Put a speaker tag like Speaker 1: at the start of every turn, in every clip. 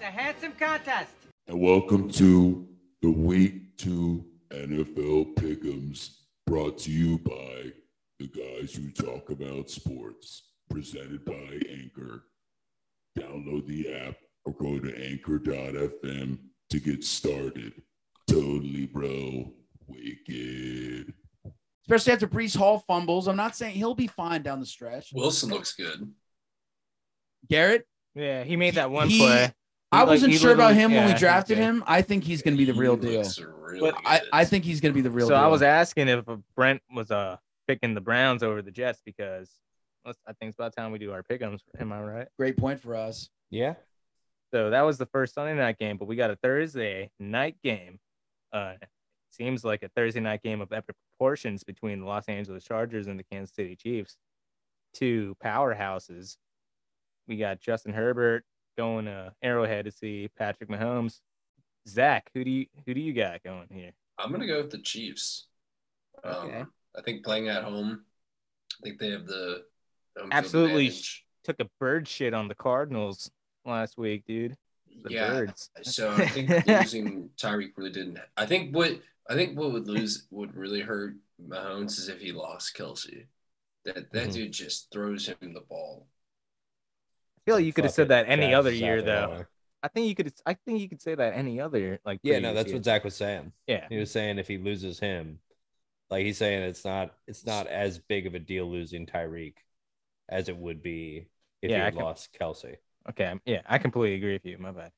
Speaker 1: handsome contest.
Speaker 2: And welcome to the Week 2 NFL Pick'ems brought to you by the guys who talk about sports, presented by Anchor. Download the app or go to anchor.fm to get started. Totally, bro. Wicked.
Speaker 3: especially after Brees Hall fumbles. I'm not saying he'll be fine down the stretch.
Speaker 4: Wilson looks good.
Speaker 3: Garrett,
Speaker 5: Yeah, he made that one
Speaker 3: He-
Speaker 5: play.
Speaker 3: I
Speaker 5: Like,
Speaker 3: wasn't
Speaker 5: he
Speaker 3: sure about
Speaker 5: literally-
Speaker 3: him when
Speaker 5: yeah,
Speaker 3: we
Speaker 5: he's
Speaker 3: drafted
Speaker 5: good.
Speaker 3: him. I think he's going to be the real
Speaker 4: He
Speaker 3: deal.
Speaker 4: looks really
Speaker 5: But
Speaker 3: I,
Speaker 4: good.
Speaker 3: I think he's going to be the real
Speaker 5: So
Speaker 3: deal.
Speaker 5: I was asking if Brent was uh picking the Browns over the Jets because let's- I think it's about time we do our pickums. Am I right?
Speaker 3: Great point for us.
Speaker 6: Yeah.
Speaker 5: So that was the first Sunday night game, but we got a Thursday night game. Uh, seems like a Thursday night game of epic proportions between the Los Angeles Chargers and the Kansas City Chiefs, two powerhouses. We got Justin Herbert going to Arrowhead to see Patrick Mahomes. Zach, who do you who do you got going here?
Speaker 4: I'm gonna go with the Chiefs. Um,
Speaker 5: Okay.
Speaker 4: I think playing at home, I think they have the home field
Speaker 5: Absolutely.
Speaker 4: advantage.
Speaker 5: Took a bird shit on the Cardinals last week, dude. The
Speaker 4: Yeah,
Speaker 5: birds.
Speaker 4: so I think losing Tyreek really didn't. I think what I think what would lose would really hurt Mahomes is if he lost Kelsey. That that
Speaker 5: Mm-hmm.
Speaker 6: Mhm.
Speaker 4: dude just throws him the ball.
Speaker 5: I feel like you could have
Speaker 6: Fuck
Speaker 5: said
Speaker 6: it.
Speaker 5: that any
Speaker 6: Yeah,
Speaker 5: other
Speaker 6: South
Speaker 5: year though.
Speaker 6: Carolina.
Speaker 5: I think you could I think you could say that any other like
Speaker 6: Yeah, no,
Speaker 5: previous
Speaker 6: that's
Speaker 5: year.
Speaker 6: what Zach was saying.
Speaker 5: yeah.
Speaker 6: He was saying if he loses him, like he's saying it's not it's not as big of a deal losing Tyreek as it would be if
Speaker 5: Yeah,
Speaker 6: he
Speaker 5: I
Speaker 6: had
Speaker 5: can-
Speaker 6: lost Kelsey.
Speaker 5: Okay. I'm- Yeah, I completely agree with you. My bad.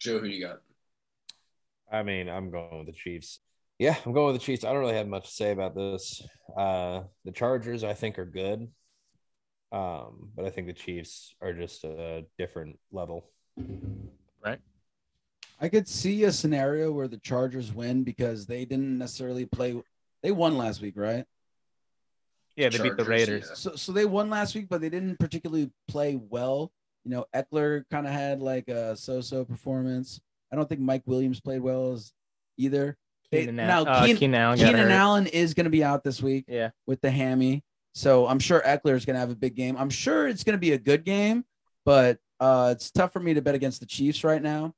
Speaker 4: Joe, who you got?
Speaker 5: Mm-hmm.
Speaker 6: I mean, I'm going with the Chiefs. Yeah, I'm going with the Chiefs. I don't really have much to say about this. Uh, the Chargers, I think, are good, um, but I think the Chiefs are just a different level.
Speaker 3: I could see a scenario where the Chargers win because they didn't necessarily play. They won last week, right?
Speaker 5: Yeah, they beat the
Speaker 4: Chargers,
Speaker 5: Raiders.
Speaker 4: yeah.
Speaker 3: So, so they won last week, but they didn't particularly play well. You know, Eckler kind of had like a so-so performance. I don't think Mike Williams played well as either. They-
Speaker 5: Keenan
Speaker 3: now,
Speaker 5: Allen- uh,
Speaker 3: Keen-
Speaker 5: Keenan Allen got
Speaker 3: Keenan
Speaker 5: hurt.
Speaker 3: Allen is going to be out this week.
Speaker 5: Yeah.
Speaker 3: with the hammy. So I'm sure Eckler is going to have a big game. I'm sure it's going to be a good game, but uh, it's tough for me to bet against the Chiefs right now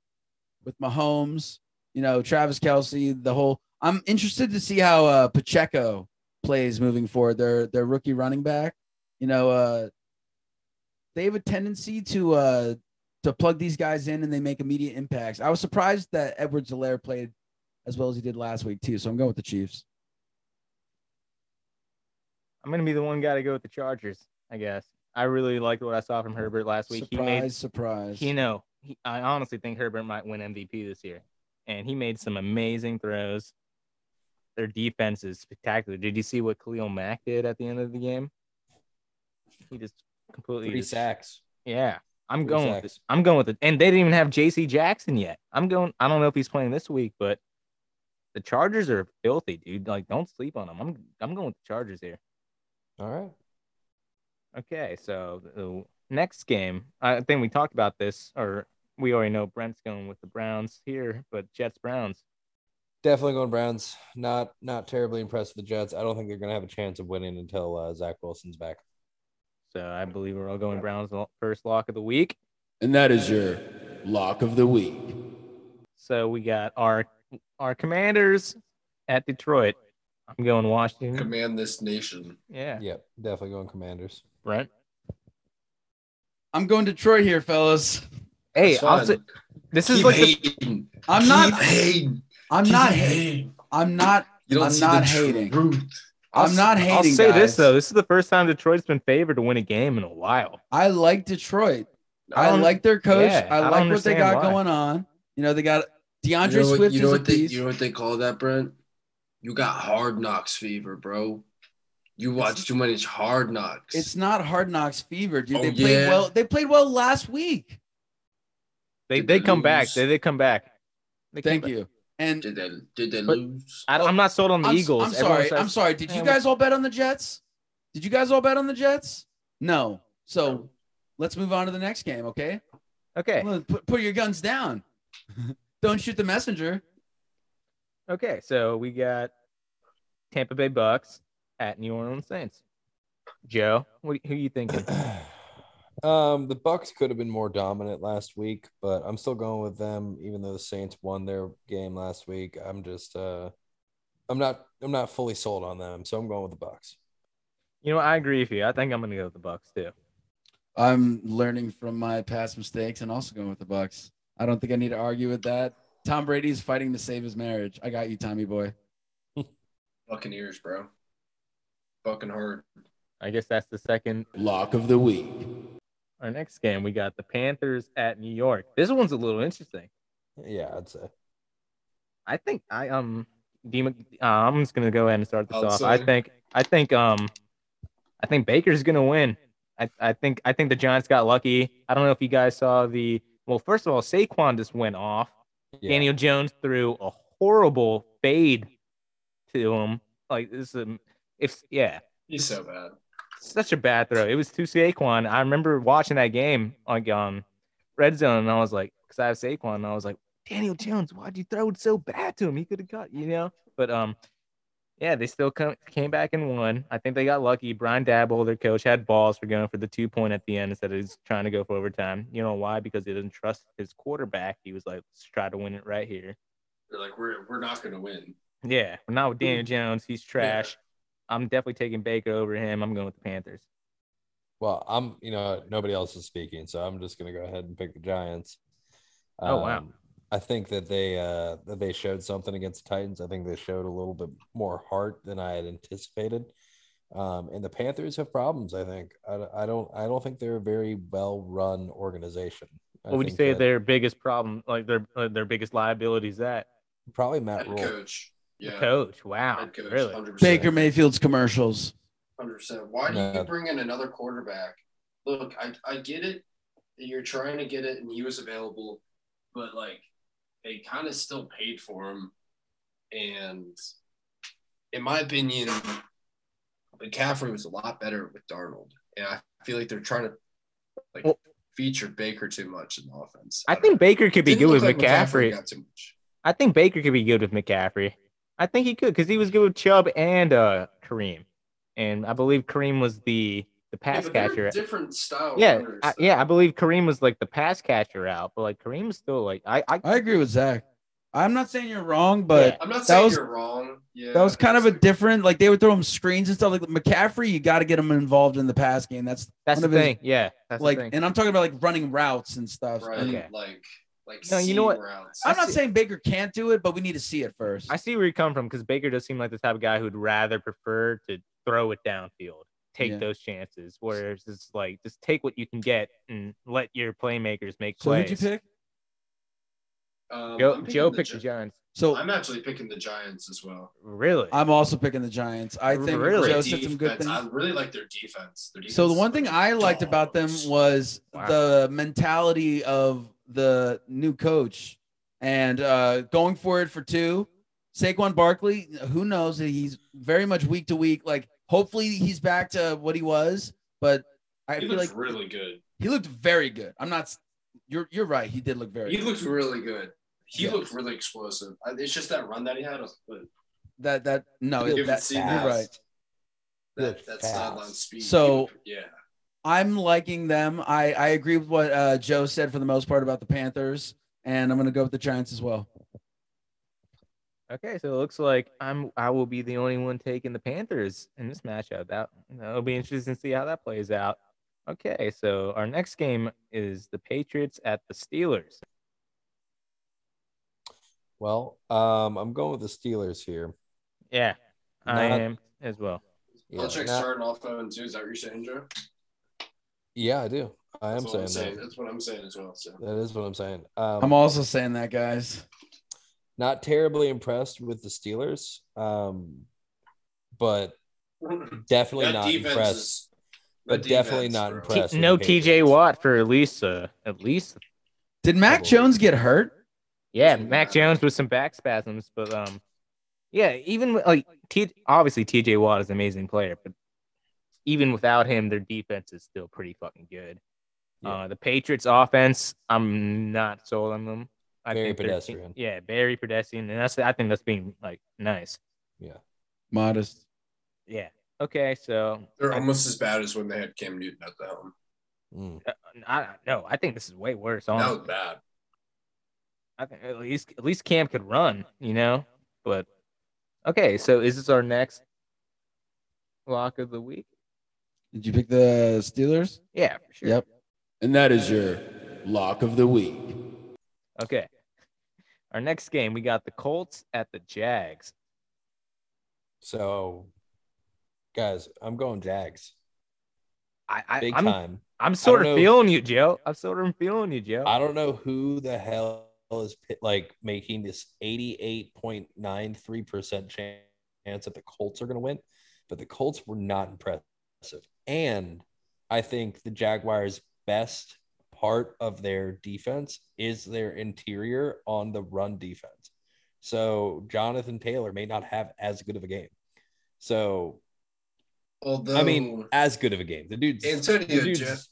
Speaker 3: with Mahomes, you know, Travis Kelsey, the whole. I'm interested to see how uh, Pacheco plays moving forward. Their their rookie running back, you know, uh, they have a tendency to uh, to plug these guys in and they make immediate impacts. I was surprised that Edwards Delaire played as well as he did last week too. So I'm going with the Chiefs.
Speaker 5: I'm gonna be the one guy to go with the Chargers, I guess. I really liked what I saw from Herbert last week.
Speaker 3: surprise,
Speaker 5: He made
Speaker 3: surprise.
Speaker 5: you know, he, I honestly think Herbert might win MVP this year. And he made some amazing throws. Their defense is spectacular. Did you see what Khalil Mack did at the end of the game? He just completely
Speaker 6: Three
Speaker 5: just-
Speaker 6: sacks.
Speaker 5: Yeah. I'm
Speaker 6: Three
Speaker 5: going with
Speaker 6: sacks.
Speaker 5: this. I'm going with it. And they didn't even have JC Jackson yet. I'm going I don't know if he's playing this week, but the Chargers are filthy, dude. Like don't sleep on them. I'm I'm going with the Chargers here.
Speaker 6: All right.
Speaker 5: Okay, so the next game, I think we talked about this or we already know Brent's going with the Browns here, but Jets Browns.
Speaker 6: Definitely going Browns. Not not terribly impressed with the Jets. I don't think they're going to have a chance of winning until uh, Zach Wilson's back.
Speaker 5: So I believe we're all going Browns lo- first lock of the week.
Speaker 2: And that is your lock of the week.
Speaker 5: So we got our our commanders at Detroit. I'm going Washington.
Speaker 4: Command this nation.
Speaker 5: Yeah.
Speaker 6: Yep, definitely going Commanders.
Speaker 5: Brent.
Speaker 3: I'm going Detroit here, fellas.
Speaker 5: Hey,
Speaker 4: That's
Speaker 5: I'll
Speaker 4: fine.
Speaker 5: say, this is
Speaker 4: Keep
Speaker 5: like the
Speaker 4: hating.
Speaker 3: I'm
Speaker 4: Keep
Speaker 3: not.
Speaker 4: hating.
Speaker 3: I'm
Speaker 4: Keep
Speaker 3: not.
Speaker 4: hating.
Speaker 3: I'm not.
Speaker 4: You don't
Speaker 3: I'm
Speaker 4: see
Speaker 3: not
Speaker 4: the
Speaker 3: hating.
Speaker 4: truth.
Speaker 3: I'm
Speaker 5: s-
Speaker 3: not
Speaker 5: I'll
Speaker 3: hating.
Speaker 5: say this
Speaker 3: guys.
Speaker 5: though: this is the first time Detroit's been favored to win a game in a while. Um,
Speaker 3: I like Detroit. I,
Speaker 5: don't-
Speaker 3: like their coach.
Speaker 5: yeah, I
Speaker 3: I like
Speaker 5: don't
Speaker 3: what they
Speaker 5: understand
Speaker 3: got
Speaker 5: why.
Speaker 3: going on. You know, they got DeAndre
Speaker 4: you know what,
Speaker 3: Swift
Speaker 4: you know
Speaker 3: is a
Speaker 4: what they,
Speaker 3: beast.
Speaker 4: You know what they call that, Brent? You got hard knocks fever, bro. You watch too many hard knocks.
Speaker 3: it's not hard knocks fever, dude.
Speaker 4: Oh,
Speaker 3: they played
Speaker 4: yeah.
Speaker 3: well. They played well last week.
Speaker 5: They
Speaker 4: Did
Speaker 5: they
Speaker 4: they
Speaker 5: come back.
Speaker 4: lose?
Speaker 5: They they come back. They come
Speaker 3: Thank
Speaker 5: back.
Speaker 3: you. And
Speaker 4: did they did they
Speaker 5: But-
Speaker 4: lose?
Speaker 5: I, I'm not sold on the
Speaker 3: I'm, s-
Speaker 5: Eagles.
Speaker 3: I'm
Speaker 5: Everyone
Speaker 3: sorry.
Speaker 5: says-
Speaker 3: I'm sorry. Did you
Speaker 5: Man,
Speaker 3: guys all bet on the Jets? Did you guys all bet on the Jets? No. So let's move on to the next game, okay?
Speaker 5: Okay.
Speaker 3: Well, Put, put your guns down. Don't shoot the messenger.
Speaker 5: Okay. So we got Tampa Bay Bucks at New Orleans Saints. Joe, what, who you thinking?
Speaker 6: Um, the Bucks could have been more dominant last week, but I'm still going with them, even though the Saints won their game last week. I'm just uh I'm not I'm not fully sold on them, so I'm going with the Bucks.
Speaker 5: You know, I agree with you. I think I'm gonna go with the Bucks too.
Speaker 3: I'm learning from my past mistakes and also going with the Bucks. I don't think I need to argue with that. Tom Brady's fighting to save his marriage. I got you, Tommy boy.
Speaker 4: Buccaneers, bro. Fucking hard.
Speaker 5: I guess that's the second.
Speaker 2: Lock of the week.
Speaker 5: Our next game, we got the Panthers at New York. This one's a little interesting.
Speaker 6: Yeah, I'd say.
Speaker 5: I think I um, Dima, uh, I'm just gonna go ahead and start this
Speaker 4: I'll
Speaker 5: off.
Speaker 4: say.
Speaker 5: I think I think um, I think Baker's gonna win. I, I think I think the Giants got lucky. I don't know if you guys saw the well. First of all, Saquon just went off.
Speaker 6: Yeah.
Speaker 5: Daniel Jones threw a horrible fade to him. Like this is a, if yeah,
Speaker 4: He's so bad.
Speaker 5: such a bad throw. It was to Saquon. I remember watching that game like um red zone, and I was like, because I have Saquon, and I was like, Daniel Jones, why'd you throw it so bad to him? He could have got, you know. But um, yeah, they still come, came back and won. I think they got lucky. Brian Dabble, their coach, had balls for going for the two point at the end instead of just trying to go for overtime. You know why? Because he doesn't trust his quarterback. He was like, let's try to win it right here.
Speaker 4: They're like, we're we're not gonna win.
Speaker 5: Yeah, not with Daniel Jones. He's trash. I'm definitely taking Baker over him. I'm going with the Panthers.
Speaker 6: Well, I'm you know nobody else is speaking, so I'm just gonna go ahead and pick the Giants.
Speaker 5: Oh, wow.
Speaker 6: Um, I think that they uh that they showed something against the Titans. I think they showed a little bit more heart than I had anticipated. Um, and the Panthers have problems. I think I, I don't I don't think they're a very well run organization. I
Speaker 5: What would you
Speaker 6: think
Speaker 5: say
Speaker 6: that
Speaker 5: their biggest problem, like their uh, their biggest liability is that
Speaker 6: probably Matt
Speaker 4: Head
Speaker 6: Rule?
Speaker 4: coach. Yeah.
Speaker 5: coach? Wow,
Speaker 4: Head coach.
Speaker 5: really?
Speaker 4: 100%.
Speaker 3: Baker Mayfield's commercials.
Speaker 4: Hundred percent. Why do
Speaker 6: No.
Speaker 4: you bring in another quarterback? Look, I, I get it. You're trying to get it, and he was available, but like they kind of still paid for him. And in my opinion, McCaffrey was a lot better with Darnold, and I feel like they're trying to like
Speaker 5: Well-
Speaker 4: feature Baker too much in the offense.
Speaker 5: I think Baker could be
Speaker 4: Didn't
Speaker 5: good with
Speaker 4: look like
Speaker 5: McCaffrey.
Speaker 4: got too much.
Speaker 5: I think Baker could be good with McCaffrey. I think he could because he was good with Chubb and uh, Kareem, and I believe Kareem was the the
Speaker 4: Yeah,
Speaker 5: pass
Speaker 4: but they're
Speaker 5: catcher.
Speaker 4: different style.
Speaker 5: Yeah,
Speaker 4: runners,
Speaker 5: I,
Speaker 4: though.
Speaker 5: yeah, I believe Kareem was like the pass catcher out, but like Kareem was still like I, I
Speaker 3: I agree with Zach. I'm not saying you're wrong, but
Speaker 4: I'm not saying
Speaker 3: was-
Speaker 4: you're wrong. Yeah,
Speaker 3: that was kind of a different. Like they would throw him screens and stuff. Like McCaffrey, you got to get him involved in the pass game. That's
Speaker 5: that's the
Speaker 3: one of his-
Speaker 5: thing. Yeah, that's
Speaker 3: like,
Speaker 5: the thing.
Speaker 3: and I'm talking about like running routes and stuff.
Speaker 4: right,
Speaker 3: And
Speaker 5: Okay.
Speaker 4: like like
Speaker 5: No, you know
Speaker 4: seam
Speaker 5: what?
Speaker 4: routes.
Speaker 3: I'm not
Speaker 5: see-
Speaker 3: saying Baker can't do it, but we need to see it first.
Speaker 5: I see where you come from because Baker does seem like the type of guy who'd rather prefer to throw it downfield, take
Speaker 3: Yeah.
Speaker 5: those chances, whereas it's like just take what you can get and let your playmakers make
Speaker 3: so
Speaker 5: plays.
Speaker 3: who'd you pick?
Speaker 4: Um,
Speaker 5: Joe,
Speaker 4: I'm picking
Speaker 5: Joe
Speaker 4: the
Speaker 5: picked the
Speaker 4: Gi-
Speaker 5: Giants.
Speaker 3: So
Speaker 4: I'm actually picking the Giants as well.
Speaker 5: Really?
Speaker 3: I'm also picking the Giants. I think
Speaker 5: Really?
Speaker 3: Joe
Speaker 4: Great
Speaker 3: said some good
Speaker 4: defense.
Speaker 3: things.
Speaker 4: I really like their defense. Their defense
Speaker 3: So the
Speaker 4: is
Speaker 3: one thing
Speaker 4: like
Speaker 3: I liked about them
Speaker 4: dogs.
Speaker 3: was
Speaker 5: Wow.
Speaker 3: the mentality of the new coach and uh, going for it for two. Saquon Barkley, who knows? He's very much week to week. Like hopefully he's back to what he was, but I
Speaker 4: he
Speaker 3: feel
Speaker 4: looks
Speaker 3: like
Speaker 4: really good.
Speaker 3: he looked very good. I'm not. s- You're you're right. He did look very.
Speaker 4: He
Speaker 3: good.
Speaker 4: looks really good. He
Speaker 3: Yeah.
Speaker 4: looked really explosive. I- It's just that run that he had. But
Speaker 3: That that no.
Speaker 4: You
Speaker 3: That,
Speaker 4: haven't seen
Speaker 3: you're
Speaker 4: that.
Speaker 3: right.
Speaker 4: that,
Speaker 6: Looked
Speaker 4: that
Speaker 6: fast.
Speaker 4: sideline speed.
Speaker 3: So-
Speaker 4: He- yeah,
Speaker 3: I'm liking them. I I agree with what uh, Joe said for the most part about the Panthers, and I'm gonna go with the Giants as well.
Speaker 5: Okay, so it looks like I'm I will be the only one taking the Panthers in this matchup. That it'll be interesting to see how that plays out. Okay, so our next game is the Patriots at the Steelers.
Speaker 6: Well, um, I'm going with the Steelers here.
Speaker 5: Yeah, I
Speaker 6: Not-
Speaker 5: am as well.
Speaker 6: Yeah,
Speaker 4: Belichick's
Speaker 6: not-
Speaker 4: starting off on two. Is that what you're saying, Joe?
Speaker 6: yeah, I do. I am
Speaker 4: That's what
Speaker 6: saying,
Speaker 4: I'm saying.
Speaker 6: that.
Speaker 4: That's what I'm saying as well. So
Speaker 6: That is what I'm saying. Um,
Speaker 3: I'm also saying that, guys.
Speaker 6: not terribly impressed with the Steelers, um, but definitely
Speaker 4: that
Speaker 6: not
Speaker 4: defense
Speaker 6: impressed.
Speaker 4: is-
Speaker 6: but
Speaker 4: that
Speaker 6: definitely
Speaker 4: defense,
Speaker 6: not
Speaker 4: bro.
Speaker 5: T-
Speaker 6: impressed. with
Speaker 5: no
Speaker 6: the
Speaker 5: TJ
Speaker 6: Patriots.
Speaker 5: Watt for at least uh, at least
Speaker 3: Did Mac
Speaker 6: Probably.
Speaker 3: Jones get hurt?
Speaker 5: Yeah,
Speaker 4: Doesn't
Speaker 5: Mac
Speaker 4: matter.
Speaker 5: Jones with some back spasms, but um, yeah, even with, like T- obviously T.J. Watt is an amazing player, but even without him, their defense is still pretty fucking good.
Speaker 6: Yeah.
Speaker 5: Uh, the Patriots' offense, I'm not sold on them. I
Speaker 6: Very
Speaker 5: think they're-
Speaker 6: pedestrian.
Speaker 5: Yeah, very pedestrian, and that's I think that's being like nice.
Speaker 6: Yeah.
Speaker 3: Modest.
Speaker 5: Yeah. Okay, so
Speaker 4: They're almost as bad as when they had Cam Newton at the helm.
Speaker 6: Mm.
Speaker 5: I no, I think this is way worse.
Speaker 4: That
Speaker 5: On
Speaker 4: was bad.
Speaker 5: I think at least at least Cam could run, you know. But okay, so is this our next lock of the week?
Speaker 3: Did you pick the Steelers?
Speaker 5: Yeah, for sure.
Speaker 3: Yep.
Speaker 2: And that is your lock of the week.
Speaker 5: Okay. Our next game, we got the Colts at the Jags.
Speaker 6: So, guys, I'm going Jags.
Speaker 5: I, I
Speaker 6: Big
Speaker 5: I'm
Speaker 6: time.
Speaker 5: I'm sort of
Speaker 6: don't know.
Speaker 5: feeling you, Joe. I'm sort of feeling you, Joe.
Speaker 6: I don't know who the hell is pi- like making this 88.93% chance that the Colts are going to win, but the Colts were not impressive. And I think the Jaguars' best part of their defense is their interior on the run defense. So Jonathan Taylor may not have as good of a game. So,
Speaker 4: Although
Speaker 6: I mean, as good of a game. The dude's, the
Speaker 4: Antonio,
Speaker 6: dude's
Speaker 4: Jeff,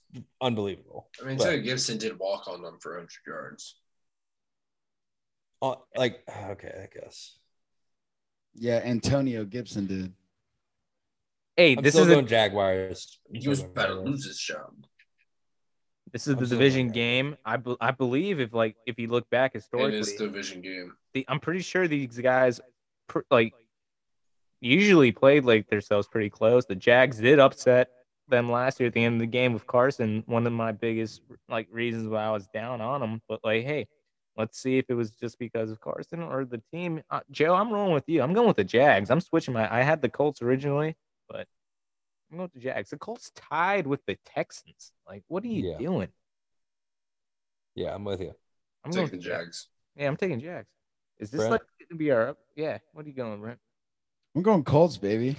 Speaker 6: unbelievable.
Speaker 4: I mean, Antonio Gibson did walk on them for 100 yards.
Speaker 6: Uh, like, okay, I guess.
Speaker 3: Yeah, Antonio Gibson did.
Speaker 5: hey,
Speaker 6: I'm
Speaker 5: this
Speaker 6: still
Speaker 5: is,
Speaker 6: going
Speaker 5: a,
Speaker 6: Jaguars. I'm
Speaker 4: He
Speaker 6: still
Speaker 4: was
Speaker 6: going
Speaker 4: about to
Speaker 6: Jaguars.
Speaker 4: lose his job.
Speaker 5: this is
Speaker 6: I'm
Speaker 5: the
Speaker 6: still
Speaker 5: division
Speaker 6: going
Speaker 5: game. I, be- I believe if like if you look back
Speaker 4: In
Speaker 5: historically,
Speaker 4: his division game.
Speaker 5: the, I'm pretty sure these guys pr- like usually played like themselves pretty close. The Jags did upset them last year at the end of the game with Carson. One of my biggest like reasons why I was down on them. But like, hey, let's see if it was just because of Carson or the team. Uh, Joe, I'm rolling with you. I'm going with the Jags. I'm switching my. I had the Colts originally, but I'm going with the Jags. The Colts tied with the Texans. Like, what are you
Speaker 6: Yeah.
Speaker 5: doing?
Speaker 6: Yeah, I'm with you.
Speaker 5: I'm
Speaker 4: Take
Speaker 5: with
Speaker 4: the Jags.
Speaker 5: Yeah, I'm taking Jags. Is this
Speaker 6: Brent?
Speaker 5: like gonna be our? Yeah. What are you going, Brent?
Speaker 3: I'm going Colts, baby.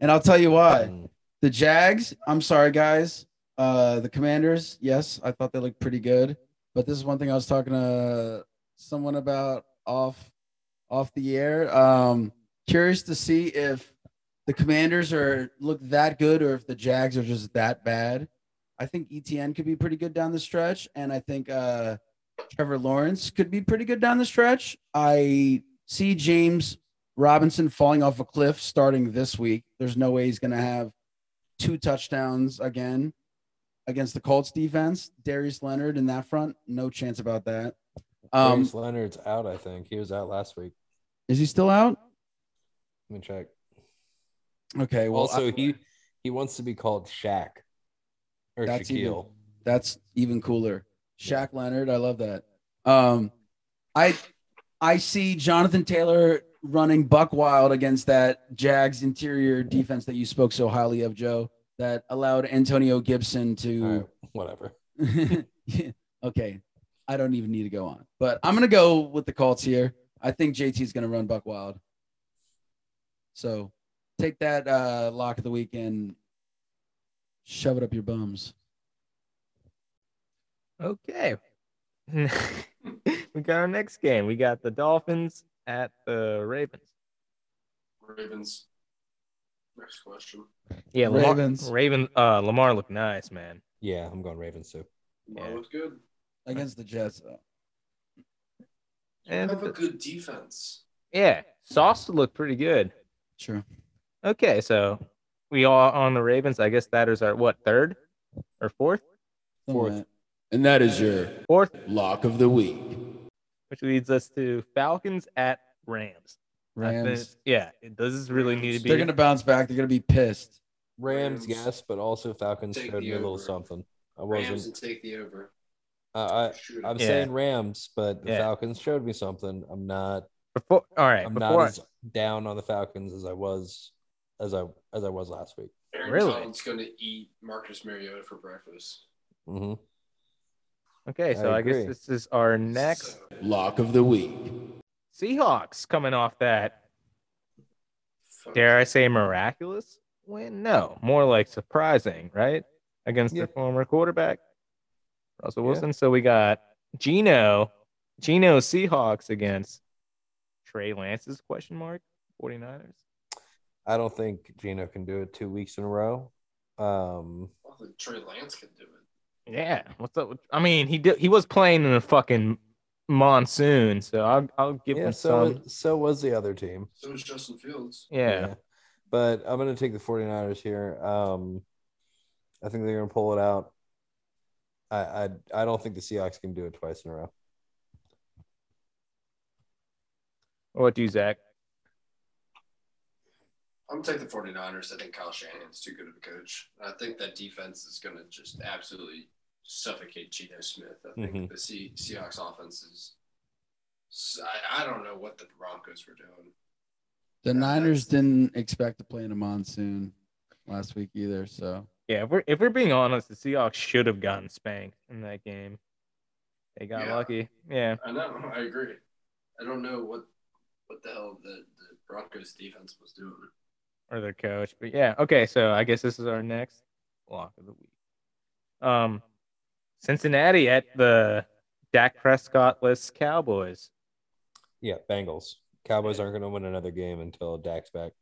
Speaker 3: And I'll tell you why.
Speaker 6: Mm.
Speaker 3: The Jags, I'm sorry, guys. Uh, the Commanders, yes, I thought they looked pretty good. But this is one thing I was talking to someone about off off the air. Um, curious to see if the Commanders are look that good or if the Jags are just that bad. I think ETN could be pretty good down the stretch, and I think uh, Trevor Lawrence could be pretty good down the stretch. I see James Robinson falling off a cliff starting this week. There's no way he's going to have two touchdowns again against the Colts defense. Darius Leonard in that front, no chance about that. Um,
Speaker 6: Darius Leonard's out. I think he was out last week.
Speaker 3: Is he still out?
Speaker 6: Let me check.
Speaker 3: Okay. Well,
Speaker 6: also,
Speaker 3: I-
Speaker 6: he he wants to be called Shaq or
Speaker 3: That's
Speaker 6: Shaquille.
Speaker 3: that's even cooler. Shaq Leonard, I love that. Um, I I see Jonathan Taylor running buck wild against that Jags interior defense that you spoke so highly of, Joe, that allowed Antonio Gibson to.
Speaker 6: All right, whatever.
Speaker 3: Yeah, okay. I don't even need to go on, but I'm gonna go with the Colts here. I think JT's gonna run Buck Wild. So take that uh, lock of the week and shove it up your bums.
Speaker 5: Okay. we got our next game. We got the Dolphins at the Ravens.
Speaker 4: Ravens. Next question.
Speaker 5: Yeah, Lamar,
Speaker 3: Ravens.
Speaker 5: Raven. Uh, Lamar looked nice, man.
Speaker 6: Yeah, I'm going Ravens too.
Speaker 4: Lamar
Speaker 5: Yeah.
Speaker 4: looked good.
Speaker 3: Against the Jets, though.
Speaker 5: And
Speaker 4: Have a good defense.
Speaker 5: yeah, Sauce looked pretty good.
Speaker 3: Sure.
Speaker 5: Okay, so we are on the Ravens. I guess that is our what third or fourth?
Speaker 3: Something like
Speaker 6: Fourth.
Speaker 3: that.
Speaker 2: And that is your
Speaker 5: Fourth,
Speaker 2: lock of the week.
Speaker 5: which leads us to Falcons at Rams. I think-
Speaker 3: Rams.
Speaker 5: yeah, it does really need to be.
Speaker 3: They're gonna bounce back. They're gonna be pissed.
Speaker 6: Rams,
Speaker 4: Rams.
Speaker 6: yes, but also Falcons
Speaker 4: Take
Speaker 6: showed
Speaker 4: the
Speaker 6: me a little
Speaker 4: over.
Speaker 6: something. I
Speaker 4: Rams
Speaker 6: wasn't.
Speaker 4: and take the over.
Speaker 6: Uh,
Speaker 4: Shoot.
Speaker 6: I I'm
Speaker 5: Yeah.
Speaker 6: saying Rams, but the
Speaker 5: Yeah.
Speaker 6: Falcons showed me something. I'm not.
Speaker 5: before, all right,
Speaker 6: I'm
Speaker 5: before
Speaker 6: not as down on the Falcons as I was as I as I was last week.
Speaker 4: Aaron
Speaker 5: Really?
Speaker 4: Donald's going to eat Marcus Mariota for breakfast.
Speaker 6: Mm-hmm.
Speaker 5: okay, so
Speaker 6: I
Speaker 5: I, guess
Speaker 6: agree.
Speaker 5: this is our next
Speaker 4: So,
Speaker 2: Lock of the week.
Speaker 5: Seahawks coming off that
Speaker 4: fuck.
Speaker 5: dare I say miraculous win? No, more like surprising, right? Against
Speaker 6: Yeah.
Speaker 5: their former quarterback, Russell
Speaker 6: Yeah.
Speaker 5: Wilson. So we got Gino, Gino Seahawks against Trey Lance's question mark 49ers.
Speaker 6: I don't think Gino can do it two weeks in a row. Um,
Speaker 4: I don't think Trey Lance can do it.
Speaker 5: Yeah, what's up? With, I mean, he did, he was playing in a fucking monsoon, so I'll I'll give
Speaker 6: yeah,
Speaker 5: him
Speaker 6: so
Speaker 5: some.
Speaker 6: so was the other team.
Speaker 4: So is Justin Fields.
Speaker 5: Yeah.
Speaker 6: But I'm going to take the 49ers here. Um, I think they're going to pull it out. I I, I don't think the Seahawks can do it twice in a row.
Speaker 5: What do you, Zach?
Speaker 4: I'm gonna take the 49ers. I think Kyle Shanahan's too good of a coach. I think that defense is gonna just absolutely suffocate Geno Smith. I think
Speaker 6: Mhm.
Speaker 4: the Se- Seahawks offense is. s- I, I don't know what the Broncos were doing.
Speaker 3: The
Speaker 4: Yeah,
Speaker 3: Niners
Speaker 4: that's-
Speaker 3: didn't expect to play in a monsoon last week either. So
Speaker 5: Yeah, if we're if we're being honest, the Seahawks should have gotten spanked in that game. They got
Speaker 4: Yeah.
Speaker 5: lucky. Yeah.
Speaker 4: I know. I agree. I don't know what what the hell the, the Broncos defense was doing.
Speaker 5: or their coach. But yeah, okay. So I guess this is our next lock of the week. Um, Cincinnati at the Dak Prescottless Cowboys.
Speaker 6: Yeah, Bengals. Cowboys aren't going to win another game until Dak's back.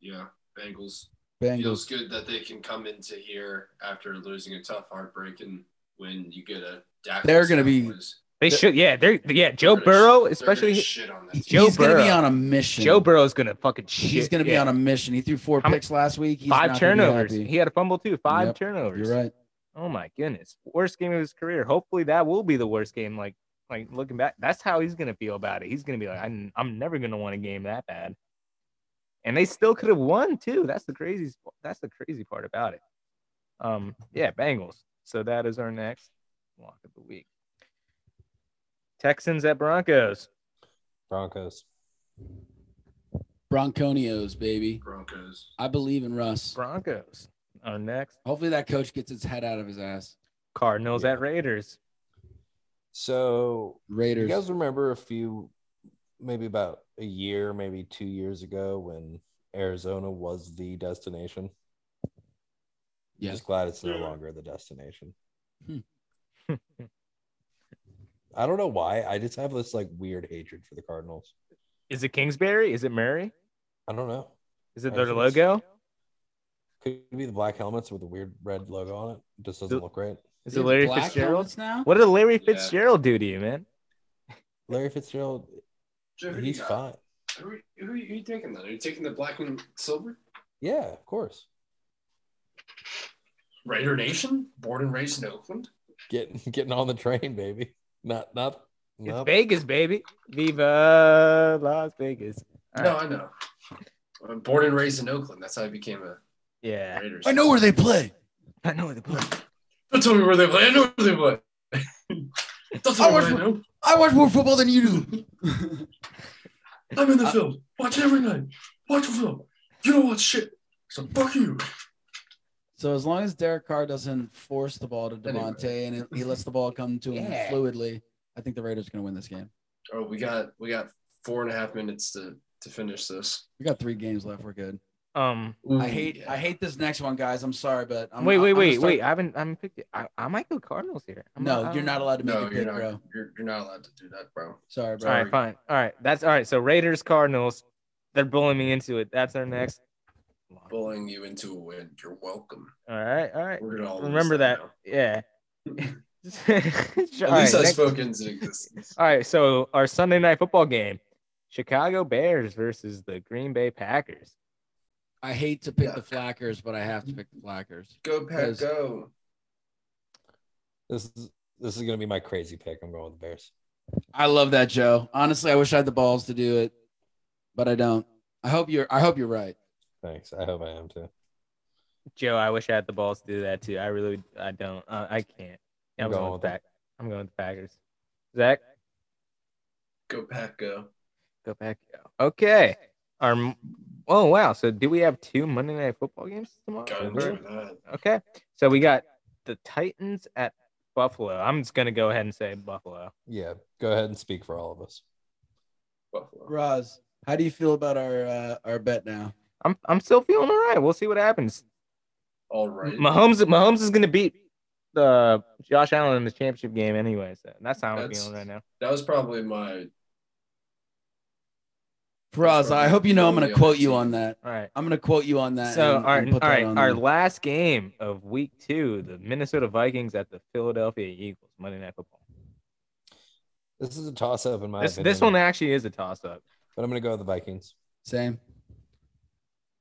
Speaker 4: Yeah, Bengals. Feels
Speaker 3: Bengals.
Speaker 4: good that they can come into here after losing a tough heartbreak and when you get a Dak.
Speaker 3: They're gonna be-
Speaker 4: Cowboys,
Speaker 5: They
Speaker 3: The-
Speaker 5: should, yeah. They're yeah.
Speaker 4: they're
Speaker 5: Joe
Speaker 4: gonna sh-
Speaker 5: Burrow,
Speaker 4: they're gonna
Speaker 5: especially
Speaker 4: shit on that.
Speaker 5: Joe
Speaker 3: he's going to be
Speaker 5: Burrow.
Speaker 3: on a mission.
Speaker 5: Joe Burrow's gonna fucking shit.
Speaker 3: he's going to be
Speaker 5: yeah.
Speaker 3: on a mission. He threw four
Speaker 5: How mu-
Speaker 3: picks last week. He's
Speaker 5: five
Speaker 3: not gonna be
Speaker 5: turnovers.
Speaker 3: happy.
Speaker 5: He had a fumble too. Five
Speaker 3: Yep,
Speaker 5: turnovers.
Speaker 3: You're right.
Speaker 5: Oh my goodness, worst game of his career. Hopefully that will be the worst game. Like like looking back, that's how he's gonna feel about it. He's gonna be like, I'm I'm never gonna want a game that bad. And they still could have won too. That's the crazy. That's the crazy part about it. Um, yeah, Bengals. So that is our next lock of the week. Texans at Broncos.
Speaker 6: Broncos.
Speaker 3: Bronconios, baby.
Speaker 4: Broncos.
Speaker 3: I believe in Russ.
Speaker 5: Broncos. Our next
Speaker 3: Hopefully that coach gets his head out of his ass.
Speaker 5: Cardinals
Speaker 6: Yeah.
Speaker 5: at Raiders.
Speaker 6: So Do
Speaker 3: Raiders.
Speaker 6: you guys remember a few, maybe about a year, maybe two years ago, when Arizona was the destination?
Speaker 3: Yes.
Speaker 6: Just glad it's no
Speaker 4: Yeah.
Speaker 6: longer the destination.
Speaker 3: Hmm.
Speaker 6: I don't know why. I just have this like weird hatred for the Cardinals.
Speaker 5: Is it Kingsbury? Is it Murray?
Speaker 6: I don't know.
Speaker 5: Is it their
Speaker 6: I think it's-
Speaker 5: logo?
Speaker 6: Could be the black helmets with the weird red logo on it. It just doesn't
Speaker 5: Do-
Speaker 6: look right.
Speaker 5: Is
Speaker 3: They
Speaker 5: it
Speaker 3: have
Speaker 5: Larry
Speaker 3: black
Speaker 5: Fitzgerald?
Speaker 3: helmets now?
Speaker 5: What did Larry
Speaker 4: Yeah.
Speaker 5: Fitzgerald do to you, man?
Speaker 6: Larry Fitzgerald,
Speaker 4: Joe, who do you
Speaker 6: he's
Speaker 4: got?
Speaker 6: fine.
Speaker 4: Who, who, who are you taking then? Are you taking the black and silver?
Speaker 6: Yeah, of course.
Speaker 4: Raider Nation? Born and raised in Oakland?
Speaker 6: Getting getting on the train, baby. Not not
Speaker 5: It's
Speaker 6: no.
Speaker 5: Vegas, baby. Viva Las Vegas. All
Speaker 4: no,
Speaker 5: right.
Speaker 4: I know. I'm born and raised in Oakland. That's how I became a
Speaker 5: Yeah.
Speaker 4: Raiders.
Speaker 3: I know where they play.
Speaker 5: I know the play.
Speaker 4: Don't tell me where they play. I know where they play. Don't
Speaker 3: I
Speaker 4: tell me where
Speaker 3: watch-
Speaker 4: I know.
Speaker 3: I watch more football than you do.
Speaker 4: I'm in the film. Watch it every night. Watch the film. You don't watch shit. So fuck you.
Speaker 3: so as long as Derek Carr doesn't force the ball to
Speaker 4: Anyway.
Speaker 3: Devontae and it- he lets the ball come to him
Speaker 5: Yeah.
Speaker 3: fluidly, I think the Raiders are going to win this game.
Speaker 4: Oh, we got we got four and a half minutes to to finish this.
Speaker 3: We got three games left. We're good.
Speaker 5: Um.
Speaker 4: Ooh,
Speaker 3: I hate
Speaker 4: yeah.
Speaker 3: I hate this next one, guys. I'm sorry, but I'm,
Speaker 5: wait, wait,
Speaker 3: I'm gonna
Speaker 5: wait,
Speaker 3: start-
Speaker 5: wait. I haven't. I haven't picked it. I, I might go Cardinals here. I'm
Speaker 3: No,
Speaker 5: I
Speaker 3: you're
Speaker 5: don't
Speaker 3: not
Speaker 5: know.
Speaker 3: allowed to make
Speaker 4: No,
Speaker 3: a
Speaker 4: you're
Speaker 3: pick,
Speaker 4: not.
Speaker 3: bro.
Speaker 4: You're, you're not allowed to do that, bro.
Speaker 3: Sorry, bro.
Speaker 5: All right, fine. All right, that's all right. So Raiders, Cardinals. They're bullying me into it. That's our next. lock. All
Speaker 4: Bullying you into a win. You're welcome.
Speaker 5: right, all right.
Speaker 4: We're gonna all lose
Speaker 5: Remember that.
Speaker 4: now.
Speaker 5: Yeah. At least
Speaker 4: At least I spoke into existence.
Speaker 5: All right, so our Sunday night football game, Chicago Bears versus the Green Bay Packers.
Speaker 3: I hate to pick
Speaker 4: Yeah.
Speaker 3: the Flackers, but I have to pick the Flackers.
Speaker 4: Go Pat,
Speaker 3: Guys.
Speaker 4: go.
Speaker 6: This is this is gonna be my crazy pick. I'm going with the Bears.
Speaker 3: I love that, Joe. Honestly, I wish I had the balls to do it, but I don't. I hope you're. I hope you're right.
Speaker 6: Thanks. I hope I am too.
Speaker 5: Joe, I wish I had the balls to do that too. I really, I don't, uh, I can't. I'm,
Speaker 6: I'm
Speaker 5: going,
Speaker 6: going
Speaker 5: with
Speaker 6: with 'em.
Speaker 5: Pack. I'm going with the Packers. Zach,
Speaker 4: Go Pat, go.
Speaker 5: go back. Okay. Our, m- oh wow. So do we have two Monday night football games tomorrow?
Speaker 4: Gotta
Speaker 6: Denver.
Speaker 4: enjoy that.
Speaker 5: Okay. So we got the Titans at Buffalo. I'm just gonna go ahead and say Buffalo.
Speaker 6: Yeah. Go ahead and speak for all of us.
Speaker 4: Buffalo.
Speaker 3: Roz, how do you feel about our uh, our bet now?
Speaker 5: I'm, I'm still feeling all right. We'll see what happens.
Speaker 4: All right.
Speaker 5: Mahomes Mahomes is gonna beat the Josh Allen in the championship game anyway. So that's how I'm
Speaker 4: That's-
Speaker 5: feeling right now.
Speaker 4: that was probably my
Speaker 3: Roz, I hope you know I'm going to quote you on that.
Speaker 5: All right.
Speaker 3: I'm going to quote you on that.
Speaker 5: So
Speaker 3: and-
Speaker 5: all
Speaker 3: and
Speaker 5: right, all
Speaker 3: put that
Speaker 5: right.
Speaker 3: on
Speaker 5: Our
Speaker 3: there.
Speaker 5: last game of week two, the Minnesota Vikings at the Philadelphia Eagles, Monday Night Football.
Speaker 6: This is a toss up in my
Speaker 5: This
Speaker 6: opinion.
Speaker 5: this one actually is a toss up.
Speaker 6: but I'm gonna go with the Vikings.
Speaker 3: same.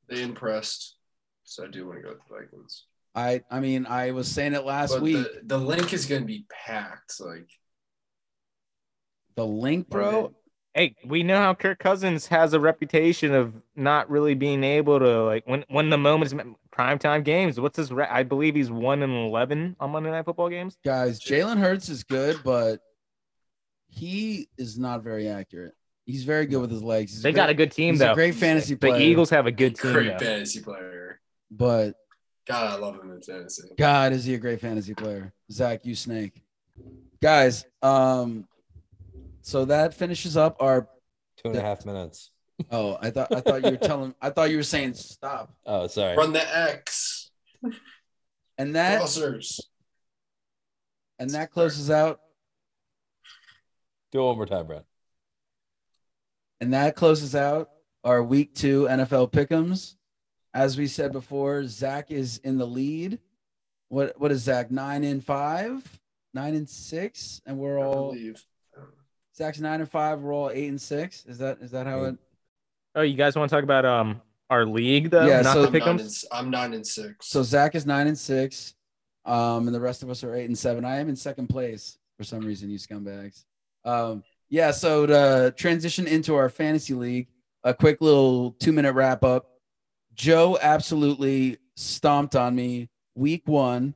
Speaker 4: They impressed, so I do want to go with the Vikings.
Speaker 3: I I mean I was saying it last
Speaker 4: But
Speaker 3: week.
Speaker 4: the, the link is going to be packed. Like,
Speaker 3: the link, bro.
Speaker 5: Hey, we know how Kirk Cousins has a reputation of not really being able to like when when the moment's prime time games. What's his? Re- I believe he's one and eleven on Monday Night Football games.
Speaker 3: Guys, Jalen Hurts is good, but he is not very accurate. He's very good with his legs. He's
Speaker 5: They got a
Speaker 3: great-
Speaker 5: good team
Speaker 3: he's
Speaker 5: though.
Speaker 3: a great fantasy
Speaker 5: the
Speaker 3: player.
Speaker 5: Eagles have a good team.
Speaker 4: great
Speaker 5: Though.
Speaker 4: fantasy player.
Speaker 3: but
Speaker 4: God, I love him in fantasy.
Speaker 3: God, is he a great fantasy player? Zach, you snake. Guys, um, so that finishes up our.
Speaker 6: Two and a half minutes.
Speaker 3: Oh, I thought I thought you were telling. I thought you were saying stop.
Speaker 6: Oh, sorry.
Speaker 4: Run the X.
Speaker 3: And that
Speaker 4: Crossers.
Speaker 3: and that closes out.
Speaker 6: Do it one more time, Brad.
Speaker 3: And that closes out our week two NFL pickums. As we said before, Zach is in the lead. What what is Zach? Nine and five, nine and six, and we're
Speaker 4: I
Speaker 3: all
Speaker 4: believe.
Speaker 3: Zach's nine and five. We're all eight and six. Is that is that how it?
Speaker 5: Oh, you guys want to talk about um our league though?
Speaker 3: Yeah,
Speaker 5: Not
Speaker 3: so-
Speaker 5: the
Speaker 4: I'm, nine
Speaker 5: pick'ems?
Speaker 4: and, I'm nine and six.
Speaker 3: So Zach is nine and six, um, and the rest of us are eight and seven. I am in second place for some reason, you scumbags. Um, yeah. So to transition into our fantasy league, a quick little two-minute wrap up. Joe absolutely stomped on me week one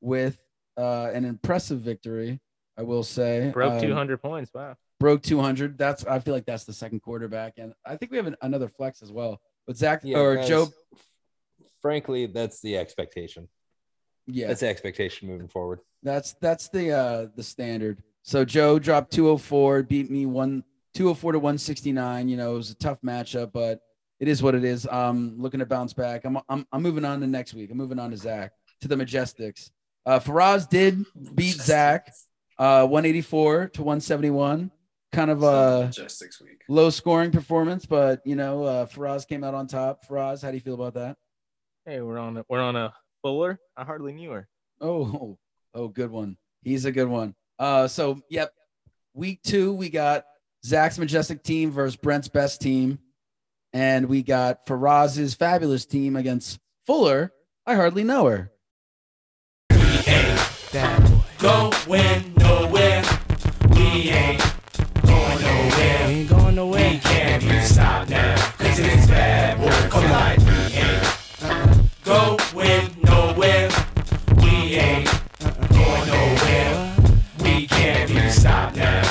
Speaker 3: with uh, an impressive victory. I will say
Speaker 5: Broke
Speaker 3: Um,
Speaker 5: two hundred points. Wow.
Speaker 3: broke 200. That's I feel like that's the second quarterback, and I think we have an, another flex as well. But Zach
Speaker 6: Yeah,
Speaker 3: or
Speaker 6: guys,
Speaker 3: Joe,
Speaker 6: Frankly, that's the expectation.
Speaker 3: yeah,
Speaker 6: That's the expectation moving forward.
Speaker 3: That's that's the uh the standard. So Joe dropped 204, beat me one 204 to 169. You know, it was a tough matchup, but it is what it is. Um looking to bounce back. I'm I'm, I'm moving on to next week. I'm moving on to Zach to the Majestics. Uh Faraz did beat Zach uh 184 to 171. Kind of uh
Speaker 4: logistics week.
Speaker 3: low scoring performance, but you know, uh Faraz came out on top. Faraz, how do you feel about that?
Speaker 5: Hey, we're on a, we're on a Fuller. I hardly knew her.
Speaker 3: Oh, oh, good one. He's a good one. Uh, so yep, week two we got Zach's majestic team versus Brent's best team, and we got Faraz's fabulous team against Fuller. I hardly know her.
Speaker 1: going nowhere. We ain't going nowhere. We ain't